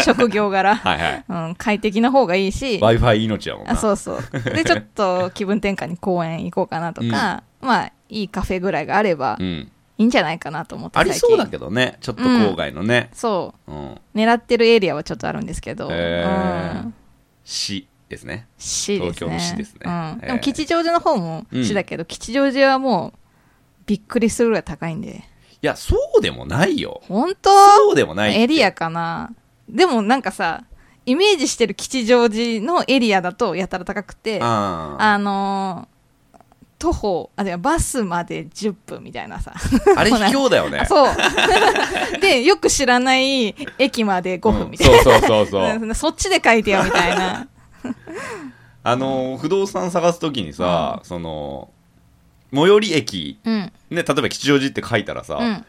Speaker 2: 職業柄、
Speaker 1: はいはい
Speaker 2: うん、快適な方がいいし
Speaker 1: w i f i 命やもんな
Speaker 2: あそうそうでちょっと気分転換に公園行こうかなとか、まあいいカフェぐらいがあれば、
Speaker 1: ん、
Speaker 2: いいんじゃないかなと思って
Speaker 1: ありそうだ
Speaker 2: ど
Speaker 1: けどねちょっと郊外のね、
Speaker 2: そ
Speaker 1: うん
Speaker 2: う狙ってるエリアはちょっとあるんですけど、
Speaker 1: へー
Speaker 2: うん、
Speaker 1: 市ですね
Speaker 2: 市ですね
Speaker 1: 東京の市ですね
Speaker 2: うん、
Speaker 1: へー
Speaker 2: でも吉祥寺の方も
Speaker 1: うん
Speaker 2: 市だけど、吉祥寺はもうびっくりするぐらい高いんで
Speaker 1: いやそうでもないよ
Speaker 2: 本当
Speaker 1: そうでもないって
Speaker 2: エリアかなでもなんかさイメージしてる吉祥寺のエリアだとやたら高くて
Speaker 1: あー
Speaker 2: あのー徒歩あ違うバスまで10分みたいなさ
Speaker 1: あれ卑怯だよね
Speaker 2: あ そう でよく知らない駅まで5分みたいな、
Speaker 1: うんそうそうそう そう
Speaker 2: そっちで書いてよみたい な
Speaker 1: あのー不動産探すときにさ、その最寄り駅
Speaker 2: うん
Speaker 1: ね例えば吉祥寺って書いたらさ、
Speaker 2: うん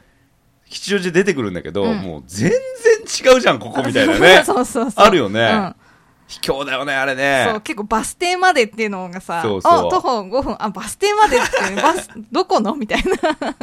Speaker 1: 吉祥寺出てくるんだけど、
Speaker 2: うん
Speaker 1: もう全然違うじゃん、ここみたいなね。
Speaker 2: そうそうそう
Speaker 1: あるよね。
Speaker 2: うん
Speaker 1: 卑怯だよね、あれ
Speaker 2: そう
Speaker 1: ね。
Speaker 2: 結構バス停までっていうのがさ
Speaker 1: そうそう
Speaker 2: あ徒歩5分あバス停までって バスどこのみたいな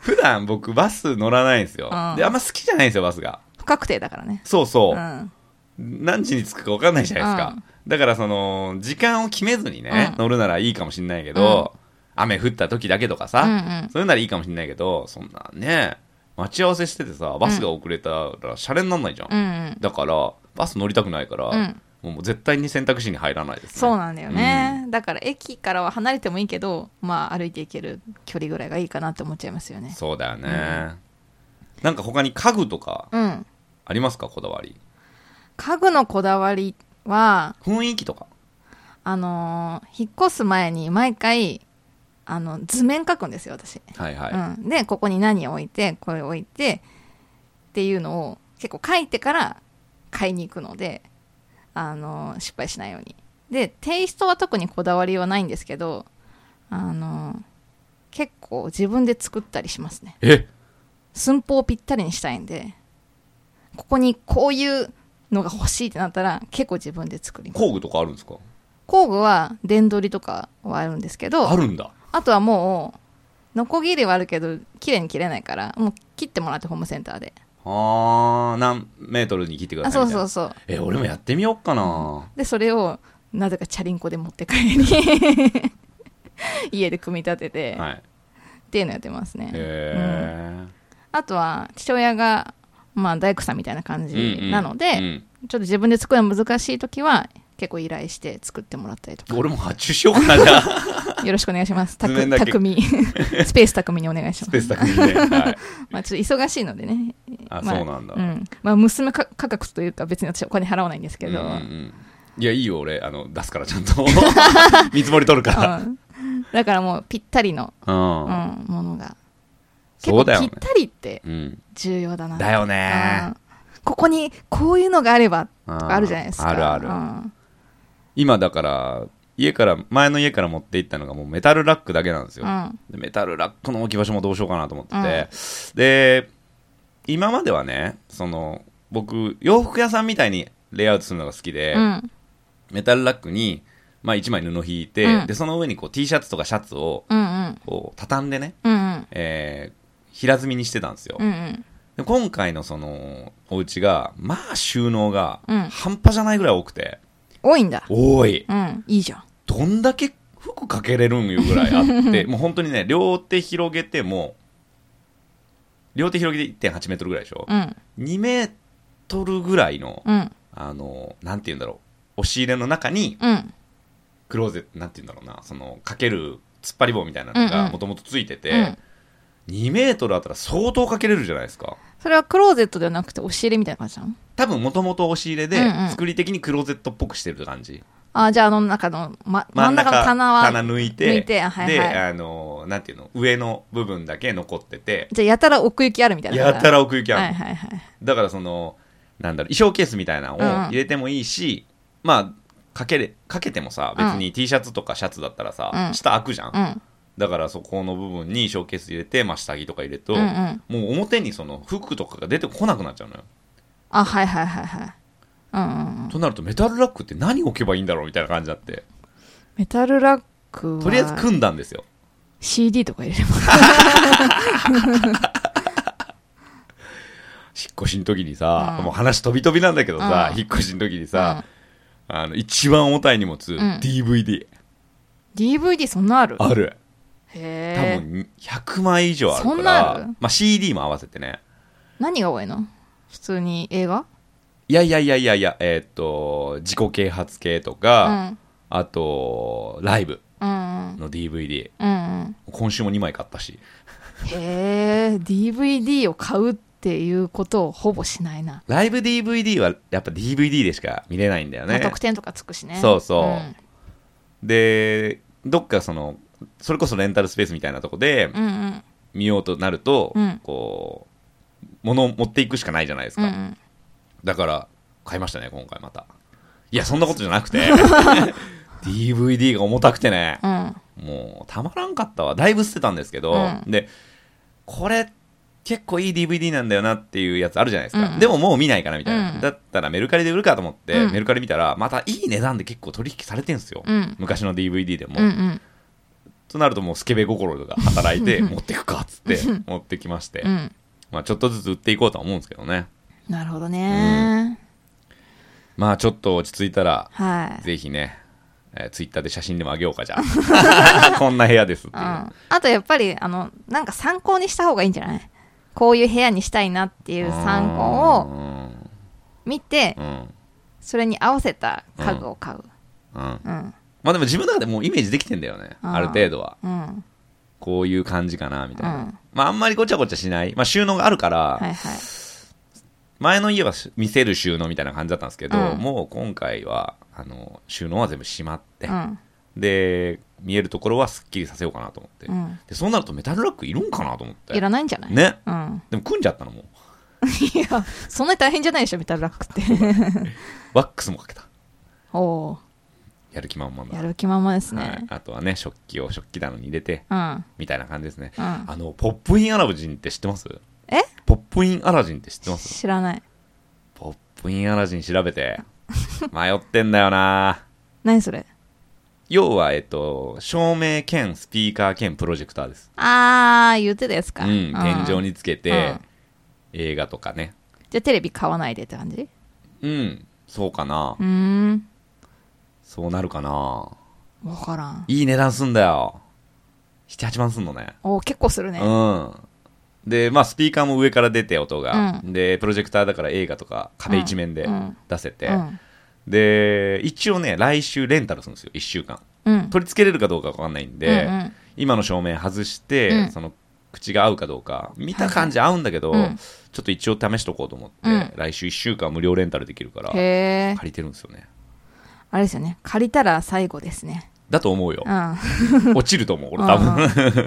Speaker 1: 普段僕、バス乗らないんですよ。
Speaker 2: うん
Speaker 1: で、あんま好きじゃないんですよ、バスが。
Speaker 2: 不確定だからね
Speaker 1: そうそうう。
Speaker 2: ん
Speaker 1: 何時に着くか分かんないじゃないですか、
Speaker 2: うん
Speaker 1: だからその時間を決めずにね、
Speaker 2: うん
Speaker 1: 乗るならいいかもしんないけど、雨降った時だけとかさ、
Speaker 2: うんうん
Speaker 1: そういうならいいかもしんないけどそんなね待ち合わせしててさバスが遅れたらシャレになんないじゃん、
Speaker 2: うんうん
Speaker 1: だからバス乗りたくないから、
Speaker 2: うん
Speaker 1: もう絶対に選択肢に入らないです、ね、
Speaker 2: そうなんだよね、だから駅からは離れてもいいけどまあ歩いていける距離ぐらいがいいかなって思っちゃいますよね
Speaker 1: そうだよね、なんか他に家具とか
Speaker 2: うん
Speaker 1: ありますかこだわり
Speaker 2: 家具のこだわりは
Speaker 1: 雰囲気とか
Speaker 2: あのー引っ越す前に毎回あの図面書くんですよ私、
Speaker 1: はいはい、
Speaker 2: うん、でここに何置いてこれ置いてっていうのを結構書いてから買いに行くので、あのー失敗しないようにでテイストは特にこだわりはないんですけど、あのー結構自分で作ったりしますね
Speaker 1: え
Speaker 2: 寸法をぴったりにしたいんでここにこういうのが欲しいってなったら結構自分で作ります
Speaker 1: 工具とかあるんですか
Speaker 2: 工具は電取りとかはあるんですけど
Speaker 1: あ
Speaker 2: あ
Speaker 1: るんだ
Speaker 2: とはもうノコギリはあるけど綺麗に切れないからもう切ってもらってホームセンターで
Speaker 1: あー何メートルに切ってくだ
Speaker 2: あ
Speaker 1: さい
Speaker 2: そ
Speaker 1: み
Speaker 2: う
Speaker 1: たいな
Speaker 2: そうそう
Speaker 1: え俺もやってみようかな、
Speaker 2: でそれをなぜかチャリンコで持って帰り に家で組み立てて、
Speaker 1: はい
Speaker 2: っていうのやってますね
Speaker 1: へ、え、
Speaker 2: あとは父親がまあ大工さんみたいな感
Speaker 1: うんう
Speaker 2: じ
Speaker 1: ん
Speaker 2: なので、
Speaker 1: うん
Speaker 2: ちょっと自分で作るの難しい時は結構依頼して作ってもらったりとか
Speaker 1: 俺も発注しようかなじゃあ
Speaker 2: よろしくお願いします た
Speaker 1: 図面
Speaker 2: く
Speaker 1: だけ
Speaker 2: 匠 スペース匠にお願いし
Speaker 1: ス
Speaker 2: ま
Speaker 1: ペー
Speaker 2: す
Speaker 1: スタッフ にね、はい、
Speaker 2: まあちょっと忙しいのでね
Speaker 1: あ、
Speaker 2: まあ
Speaker 1: そうなんだ、
Speaker 2: うんまあ、娘か価格というか別に私お金払わないんですけ
Speaker 1: うんう
Speaker 2: ど、
Speaker 1: ん
Speaker 2: う
Speaker 1: うんんいやいいよ俺あの出すからちゃん と見積もり取るから、
Speaker 2: だからもうぴったりの、
Speaker 1: うん
Speaker 2: うん、ものが
Speaker 1: そ
Speaker 2: 結
Speaker 1: う
Speaker 2: 構
Speaker 1: だよ
Speaker 2: ぴ
Speaker 1: ね
Speaker 2: ったりって
Speaker 1: うん、
Speaker 2: 重要だな
Speaker 1: だよね、
Speaker 2: うんここにこういうのがあれば
Speaker 1: うん
Speaker 2: とかあるじゃないですか
Speaker 1: あるある、
Speaker 2: うん
Speaker 1: 今だから家から前の家から持って行ったのがもうメタルラックだけなんですよ、
Speaker 2: うん
Speaker 1: でメタルラックの置き場所もどうしようかなと思ってて、で今まではねその僕洋服屋さんみたいにレイアウトするのが好きで、
Speaker 2: うん
Speaker 1: メタルラックに、まあ、1枚布引いて、
Speaker 2: うん
Speaker 1: でその上にこう T シャツとかシャツを
Speaker 2: うんうん
Speaker 1: こう畳んでね、
Speaker 2: うんうん
Speaker 1: えー平積みにしてたんですよ、
Speaker 2: うんうん
Speaker 1: で今回のそのお家がまあ収納が
Speaker 2: うん
Speaker 1: 半端じゃないぐらい多くて、
Speaker 2: 多いんだ
Speaker 1: 多い
Speaker 2: うんいいじゃん
Speaker 1: どんだけ服かけれるんいうぐらいあって もう本当にね両手広げても両手広げて1 8メートルぐらいでしょ、
Speaker 2: うん
Speaker 1: 2メートルぐらいの、
Speaker 2: うん
Speaker 1: あのなんて言うんだろう押し入れの中に
Speaker 2: うん
Speaker 1: クローゼットなんて言うんだろうなそのかける突っ張り棒みたいなの
Speaker 2: うんう
Speaker 1: が
Speaker 2: ん
Speaker 1: もともとついてて、
Speaker 2: うん
Speaker 1: 2メートルあったら相当かけれるじゃないですか
Speaker 2: それはクローゼットではなくて押し入れみたいな感じなの
Speaker 1: 多分もともと押し入れで、
Speaker 2: うんうん
Speaker 1: 作り的にクローゼットっぽくしてる感じ
Speaker 2: あじゃああの中の、ま、真ん中の棚は
Speaker 1: 棚抜いて
Speaker 2: 抜いてあはい
Speaker 1: で
Speaker 2: はい
Speaker 1: あのなんていうの上の部分だけ残ってて
Speaker 2: じゃあやたら奥行きあるみたいな
Speaker 1: やた
Speaker 2: ら
Speaker 1: ら奥行きある、
Speaker 2: はいはいはい
Speaker 1: だからそのなんだろう衣装ケースみたいなのを入れてもいいし、まあかけれかけてもさ別に T シャツとかシャツだったらさ、
Speaker 2: うん
Speaker 1: 下開くじゃん、
Speaker 2: うん
Speaker 1: だからそこの部分に衣装ケース入れて、まあ、下着とか入れると、
Speaker 2: うんうん
Speaker 1: もう表にその服とかが出てこなくなっちゃうのよ、
Speaker 2: あはいはいはいはいうんうんうん
Speaker 1: となるとメタルラックって何置けばいいんだろうみたいな感じになって
Speaker 2: メタルラックは
Speaker 1: とりあえず組んだんですよ
Speaker 2: CD とか入れれば
Speaker 1: 引っ越しの時にさ、
Speaker 2: うん
Speaker 1: もう話飛び飛びなんだけどさ、
Speaker 2: うん
Speaker 1: 引っ越しの時にさ、あの一番重たい荷物、
Speaker 2: ん
Speaker 1: DVD
Speaker 2: DVD そんなある
Speaker 1: ある多
Speaker 2: へえ
Speaker 1: 分100枚以上あるから
Speaker 2: そんなある
Speaker 1: まあ、CD も合わせてね
Speaker 2: 何が多いの普通に映画
Speaker 1: いやいやいやいやいやえーっと自己啓発系とか、
Speaker 2: うん
Speaker 1: あとライブ
Speaker 2: うんうん
Speaker 1: の DVD
Speaker 2: うんうん
Speaker 1: 今週も2枚買ったし
Speaker 2: へえ DVD を買うっていうことをほぼしないな、
Speaker 1: ライブ DVD はやっぱ DVD でしか見れないんだよ
Speaker 2: まあ、
Speaker 1: ね
Speaker 2: 特典とかつくしね
Speaker 1: そうそう
Speaker 2: うん
Speaker 1: でどっかそのそれこそレンタルスペースみたいなとこで、
Speaker 2: うんうん
Speaker 1: 見ようとなると、
Speaker 2: うん
Speaker 1: こう物を持っていくしかないじゃないです
Speaker 2: うん
Speaker 1: か、
Speaker 2: うん
Speaker 1: だから買いましたね今回またいやそんなことじゃなく て DVD が重たくてね
Speaker 2: うん
Speaker 1: もうたまらんかったわだいぶ捨てたんですけど、
Speaker 2: うん
Speaker 1: でこれ結構いい DVD なんだよなっていうやつあるじゃないですか、
Speaker 2: うん
Speaker 1: でももう見ないかなみたいな、
Speaker 2: うん
Speaker 1: だったらメルカリで売るかと思って、
Speaker 2: うん
Speaker 1: メルカリ見たらまたいい値段で結構取引されてんすよ、
Speaker 2: うん
Speaker 1: 昔の DVD でも、
Speaker 2: うんうん
Speaker 1: となるともうスケベ心とか働いて持ってくかっつって持ってきまして、
Speaker 2: うん
Speaker 1: まあ、ちょっとずつ売っていこうとは思うんですけどね
Speaker 2: なるほどね、
Speaker 1: まあちょっと落ち着いたら
Speaker 2: はい、
Speaker 1: ぜひね、えツイッター Twitter で写真でもあげようかじゃ あこんな部屋ですって
Speaker 2: う
Speaker 1: い
Speaker 2: ん、
Speaker 1: う、
Speaker 2: あとやっぱりあのなんか参考にした方がいいんじゃないこういう部屋にしたいなっていう参考を
Speaker 1: を
Speaker 2: 見て
Speaker 1: うん、うん
Speaker 2: それに合わせた家具を買う
Speaker 1: うん
Speaker 2: うん
Speaker 1: まあでも自分の中でもうイメージできてんだよね
Speaker 2: あー
Speaker 1: ある程度は
Speaker 2: うん
Speaker 1: こういう感じかなみたいな、
Speaker 2: うん
Speaker 1: まああんまりごちゃごちゃしない、まあ、収納があるから、
Speaker 2: はいはい
Speaker 1: 前の家はし見せる収納みたいな感じだったんですけど、
Speaker 2: うん
Speaker 1: もう今回はあの収納は全部しまって、
Speaker 2: うん
Speaker 1: で見えるところはすっきりさせようかなと思って、
Speaker 2: うん
Speaker 1: でそうなるとメタルラックいるんかなと思って
Speaker 2: いらないんじゃない
Speaker 1: ね
Speaker 2: うん
Speaker 1: でも組んじゃったのもう
Speaker 2: いやそんなに大変じゃないでしょメタルラッ クって
Speaker 1: ワックスもかけた
Speaker 2: おお
Speaker 1: やる気満々だ
Speaker 2: やる気満々です
Speaker 1: はい
Speaker 2: ね、
Speaker 1: あとはね食器を食器棚に入れて
Speaker 2: うん
Speaker 1: みたいな感じですね、
Speaker 2: うん
Speaker 1: あのポップインアラジンって知ってます
Speaker 2: え
Speaker 1: ポップインアラジンって知ってます
Speaker 2: 知らない
Speaker 1: ポップインアラジン調べ て迷ってんだよな
Speaker 2: 何それ
Speaker 1: 要はえっと照明兼スピーカー兼プロジェクターです
Speaker 2: あー言ってたやつか、
Speaker 1: うん、天井につけて、
Speaker 2: うん
Speaker 1: 映画とかね
Speaker 2: じゃあテレビ買わないでって感じ
Speaker 1: うんそうかな、
Speaker 2: うーん
Speaker 1: そうなるかな
Speaker 2: 分からん
Speaker 1: いい値段すんだよ78万すんのね
Speaker 2: おー結構するね
Speaker 1: うんでまあスピーカーも上から出て音が、
Speaker 2: う
Speaker 1: でプロジェクターだから映画とか壁一面で
Speaker 2: うん
Speaker 1: 出せて、
Speaker 2: うん
Speaker 1: で一応ね来週レンタルするんですよ1週間
Speaker 2: うん
Speaker 1: 取り付けれるかどうかわかんないんで、
Speaker 2: うんうん
Speaker 1: 今の照明外して、
Speaker 2: うん
Speaker 1: その口が合うかどうか見た感じ合うんだけど、
Speaker 2: うん
Speaker 1: ちょっと一応試しとこうと思って、
Speaker 2: うん
Speaker 1: 来週1週間無料レンタルできるから借
Speaker 2: へえ
Speaker 1: りてるんですよね
Speaker 2: あれですよね借りたら最後ですね
Speaker 1: だと思うよ
Speaker 2: うん
Speaker 1: 落ちると思う俺 多分、
Speaker 2: うん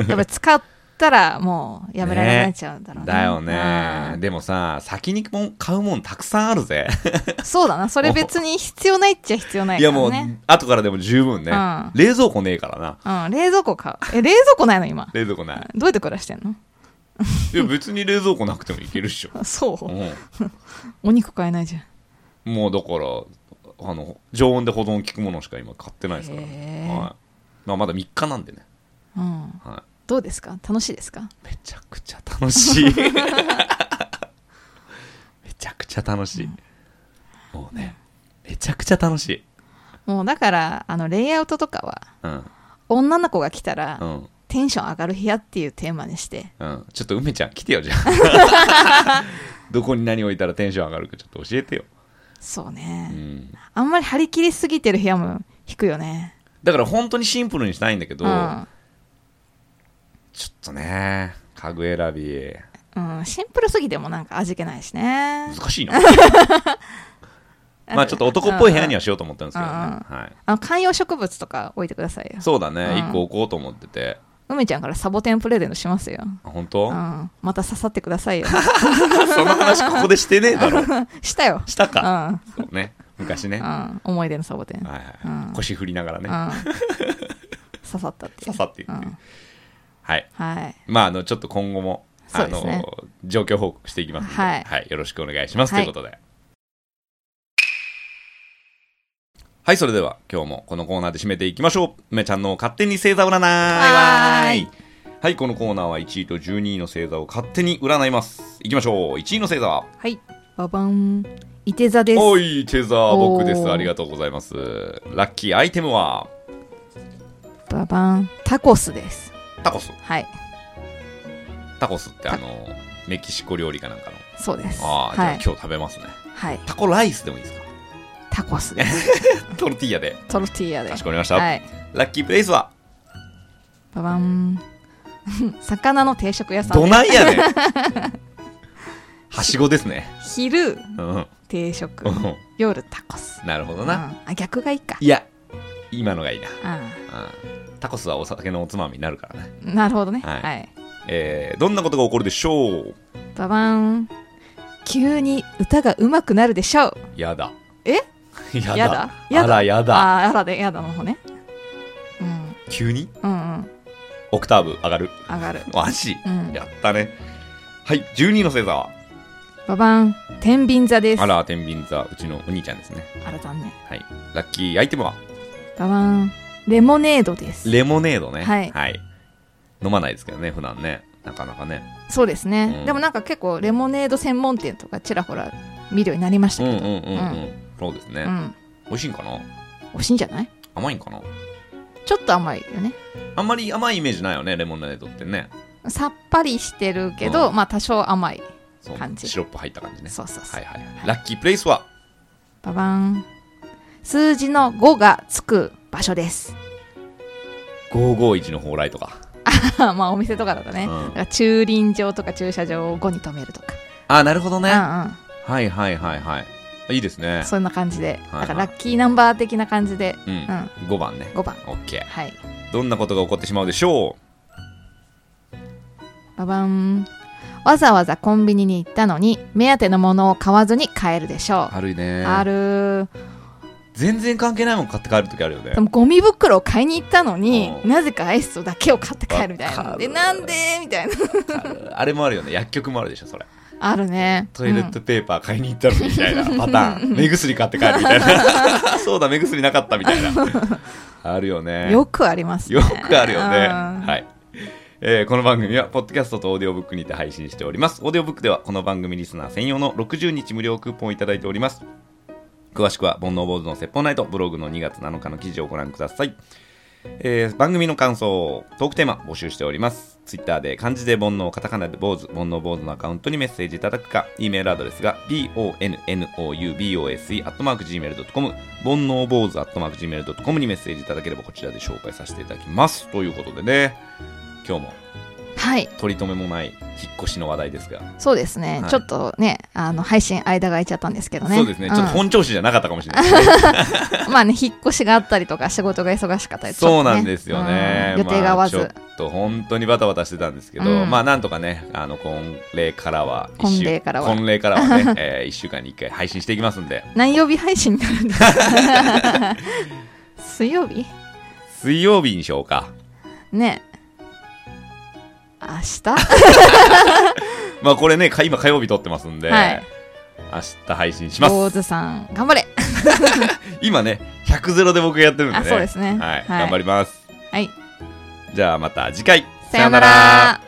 Speaker 2: やっぱ使ったらもうやめられなくなっちゃうんだろうね
Speaker 1: だよね
Speaker 2: うん
Speaker 1: でもさ先にもん買うもんたくさんあるぜ
Speaker 2: そうだなそれ別に必要ないっちゃ必要ない
Speaker 1: い
Speaker 2: か
Speaker 1: や
Speaker 2: ら
Speaker 1: もう
Speaker 2: ね
Speaker 1: 後からでも十分ね、
Speaker 2: うん
Speaker 1: 冷蔵庫ねえからな
Speaker 2: うん冷蔵庫買うえ冷蔵庫ないの今
Speaker 1: 冷蔵庫ない
Speaker 2: どうやって暮らしてんの
Speaker 1: いや別に冷蔵庫なくてもいけるっしょ
Speaker 2: あそううんお肉買えないじゃん
Speaker 1: もうだからあの常温で保存効くものしか今買ってないですから、
Speaker 2: へー
Speaker 1: はいまあ、まだ3日なんでね、
Speaker 2: うん、
Speaker 1: は
Speaker 2: どうですか楽しいですか
Speaker 1: い、めちゃくちゃ楽し いめちゃくちゃ楽しい、もうねめちゃくちゃ楽しい
Speaker 2: もうだからあのレイアウトとかは
Speaker 1: うん
Speaker 2: 女の子が来たら、
Speaker 1: うん
Speaker 2: テンション上がる部屋っていうテーマにして
Speaker 1: うん、ちょっと梅ちゃん来てよじゃあ どこに何置いたらテンション上がるかちょっと教えてよ、
Speaker 2: そう
Speaker 1: う
Speaker 2: ね、
Speaker 1: ん、
Speaker 2: あんまり張り切りすぎてる部屋も引くよね
Speaker 1: だから本当にシンプルにしたいんだけど、
Speaker 2: うん
Speaker 1: ちょっとね家具選び
Speaker 2: うん、シンプルすぎてもなんか味気ないしね
Speaker 1: 難し いなまあちょっと男っぽい部屋にはしようと思ったんですけどね、
Speaker 2: うんうん
Speaker 1: は
Speaker 2: あの観葉植物とか置いてくださいよ
Speaker 1: い、そうだね、
Speaker 2: うん
Speaker 1: 一個置こうと思ってて
Speaker 2: 梅ちゃんからサボテンプレゼントしますよ、
Speaker 1: あ本
Speaker 2: う
Speaker 1: 当、
Speaker 2: ん、また刺さってくださ いよ
Speaker 1: その話ここでしてねえだろ
Speaker 2: したよ、
Speaker 1: した
Speaker 2: う
Speaker 1: か、
Speaker 2: ん
Speaker 1: そうね昔ね、
Speaker 2: う
Speaker 1: は
Speaker 2: ん、思い出のサボテン、
Speaker 1: いはい
Speaker 2: うん
Speaker 1: 腰振りながら
Speaker 2: う
Speaker 1: ね、
Speaker 2: ん、刺さったっていう
Speaker 1: ささって言って、
Speaker 2: うん
Speaker 1: はい
Speaker 2: はい
Speaker 1: まああのちょっと今後も
Speaker 2: そ
Speaker 1: あ
Speaker 2: うです
Speaker 1: の、
Speaker 2: ね
Speaker 1: 状況報告していきますので、は
Speaker 2: はいい
Speaker 1: よろしくお願いします、
Speaker 2: はい
Speaker 1: ということではいそれでは今日もこのコーナーで締めていきましょう梅ちゃんの勝手に星座占い
Speaker 2: はーい
Speaker 1: はいこのコーナーは1位と12位の星座を勝手に占いますいきましょう1位の星座は
Speaker 2: はいババンいて座です
Speaker 1: おい手座僕で
Speaker 2: お
Speaker 1: す
Speaker 2: ー
Speaker 1: ありがとうございますラッキーアイテムは
Speaker 2: ババンタコスです
Speaker 1: タコス
Speaker 2: はい
Speaker 1: タコスってあのメキシコ料理かなんかの
Speaker 2: そうです
Speaker 1: ああ、
Speaker 2: はい
Speaker 1: じゃあ今日食べますね
Speaker 2: はい
Speaker 1: タコライスでもいいですか
Speaker 2: タコスです
Speaker 1: トルティーヤで
Speaker 2: トルティーヤで
Speaker 1: かしこまりました、
Speaker 2: はい
Speaker 1: ラッキープレイスは
Speaker 2: ババン 魚の定食屋さん
Speaker 1: ど
Speaker 2: で
Speaker 1: ない やねんはしごですね
Speaker 2: 昼
Speaker 1: うん
Speaker 2: 定食
Speaker 1: うん
Speaker 2: 夜タコス
Speaker 1: なるほど
Speaker 2: う
Speaker 1: な、
Speaker 2: んあ逆がいいか
Speaker 1: いや今のがいいな、
Speaker 2: あ
Speaker 1: うんタコスはお酒のおつまみになるからね、
Speaker 2: あなるほどね
Speaker 1: はい
Speaker 2: はい
Speaker 1: えー、どんなことが起こるでしょう
Speaker 2: ババン急に歌が上手くなるでしょう
Speaker 1: やだ
Speaker 2: え
Speaker 1: やだ
Speaker 2: やだや
Speaker 1: あ
Speaker 2: だ
Speaker 1: らやだ
Speaker 2: ああらでやだの方ねうん
Speaker 1: 急に
Speaker 2: うんうん
Speaker 1: オクターブ上がる
Speaker 2: 上がる
Speaker 1: マジ、
Speaker 2: うん
Speaker 1: やったねはい12位の星座は
Speaker 2: ババン天秤座です
Speaker 1: あら天秤座うちのお兄ちゃんですね
Speaker 2: あら残念
Speaker 1: はいラッキーアイテムは
Speaker 2: ババンレモネードです
Speaker 1: レモネードね
Speaker 2: はい
Speaker 1: 飲まないですけどね普段ねなかなかね
Speaker 2: そうですね、
Speaker 1: うん
Speaker 2: でもなんか結構レモネード専門店とかちらほら見るようになりまし
Speaker 1: うん
Speaker 2: た
Speaker 1: うん
Speaker 2: け
Speaker 1: うんう
Speaker 2: ど
Speaker 1: ん、
Speaker 2: うん
Speaker 1: そうですね、
Speaker 2: うん
Speaker 1: 美味しいんかな
Speaker 2: 美味しいんじゃない
Speaker 1: 甘いんかな
Speaker 2: ちょっと甘いよね
Speaker 1: あんまり甘いイメージないよねレモネードってね
Speaker 2: さっぱりしてるけど、
Speaker 1: う
Speaker 2: まあ多少甘い、
Speaker 1: そう
Speaker 2: 感じ
Speaker 1: シロップ入った感じね
Speaker 2: そうそうそ
Speaker 1: は
Speaker 2: う、
Speaker 1: いはいはいラッキープレイスは
Speaker 2: ババン数字の5がつく場所です
Speaker 1: 551の蓬莱とか
Speaker 2: まあお店とかだと
Speaker 1: う
Speaker 2: ね、
Speaker 1: ん
Speaker 2: だから駐輪場とか駐車場を5に止めるとか、
Speaker 1: あなるほどね、
Speaker 2: うんうん
Speaker 1: はいはいはいはいいいですね
Speaker 2: そんな感じで、
Speaker 1: はい
Speaker 2: だからラッキーナンバー的な感じで、
Speaker 1: うん、
Speaker 2: うん、
Speaker 1: 5番ね
Speaker 2: 5番。
Speaker 1: オッケ
Speaker 2: はい。
Speaker 1: ーどんなことが起こってしまうでしょ
Speaker 2: ババン。わざわざコンビニに行ったのに、目当てのものを買わずに買えるでし
Speaker 1: う
Speaker 2: ょ。
Speaker 1: 軽いうね
Speaker 2: ある。
Speaker 1: 全然関係ないもん買って帰るときあるよね
Speaker 2: でもゴミ袋を買いに行ったのに、
Speaker 1: うん
Speaker 2: なぜかアイスだけを買って帰るみたい
Speaker 1: わ
Speaker 2: な。
Speaker 1: かる
Speaker 2: で、なんでみたいな。
Speaker 1: あれもあるよね薬局もあるでしょそれ
Speaker 2: あるね。
Speaker 1: トイレットペーパー買いに行ったのにみたいなパターン目薬買って帰るみたいな そうだ目薬なかったみたいなあるよ
Speaker 2: う
Speaker 1: ね
Speaker 2: んよくありますね。
Speaker 1: よくあるよね。
Speaker 2: うん
Speaker 1: はい。えーこの番組は、ポッドキャストとオーディオブックにて配信しております。オーディオブックでは、この番組リスナー専用の60日無料クーポンをいただいております。詳しくは、煩悩坊主の説法ナイトブログの2月7日の記事をご覧ください。えー番組の感想、トークテーマ募集しております。ツイッターで漢字で煩悩、カタカナで坊主、煩悩坊主のアカウントにメッセージいただくか、e メールアドレスが bonoubose.gmail.com、煩悩坊主 .gmail.com にメッセージいただければこちらで紹介させていただきます。ということでね、今日も
Speaker 2: はい。
Speaker 1: 取り留めもない引っ越しの話題ですが、
Speaker 2: そうですね。
Speaker 1: はい
Speaker 2: ちょっとね、あの、配信間が空いちゃったんですけどね。
Speaker 1: そうですね、ちょっと
Speaker 2: うん
Speaker 1: 本調子じゃなかったかもしれないですね。
Speaker 2: まあね、引っ越しがあったりとか、仕事が忙しかったりちょっとね
Speaker 1: そうなんですよね。
Speaker 2: うん予定が合わず。
Speaker 1: まあちょっと本当にバタバタしてたんですけど、
Speaker 2: うん
Speaker 1: まあなんとかね、あの、婚礼からは一週、
Speaker 2: 婚礼からは
Speaker 1: 婚礼からはね、え1週 間に1回配信していきますんで、
Speaker 2: 何曜日配信になるんですか 水曜日
Speaker 1: 水曜日にしようか。
Speaker 2: ね明日
Speaker 1: まあこれね、か今火曜日撮ってますんで、
Speaker 2: はい
Speaker 1: 明日配信しま
Speaker 2: 坊
Speaker 1: す。
Speaker 2: 主さん頑張れ
Speaker 1: 今ね、100ゼロで僕がやってるんでね。
Speaker 2: あそうです
Speaker 1: は
Speaker 2: ね
Speaker 1: い、
Speaker 2: はい
Speaker 1: 頑張ります。
Speaker 2: はい
Speaker 1: じゃあまた次回。
Speaker 2: さよなら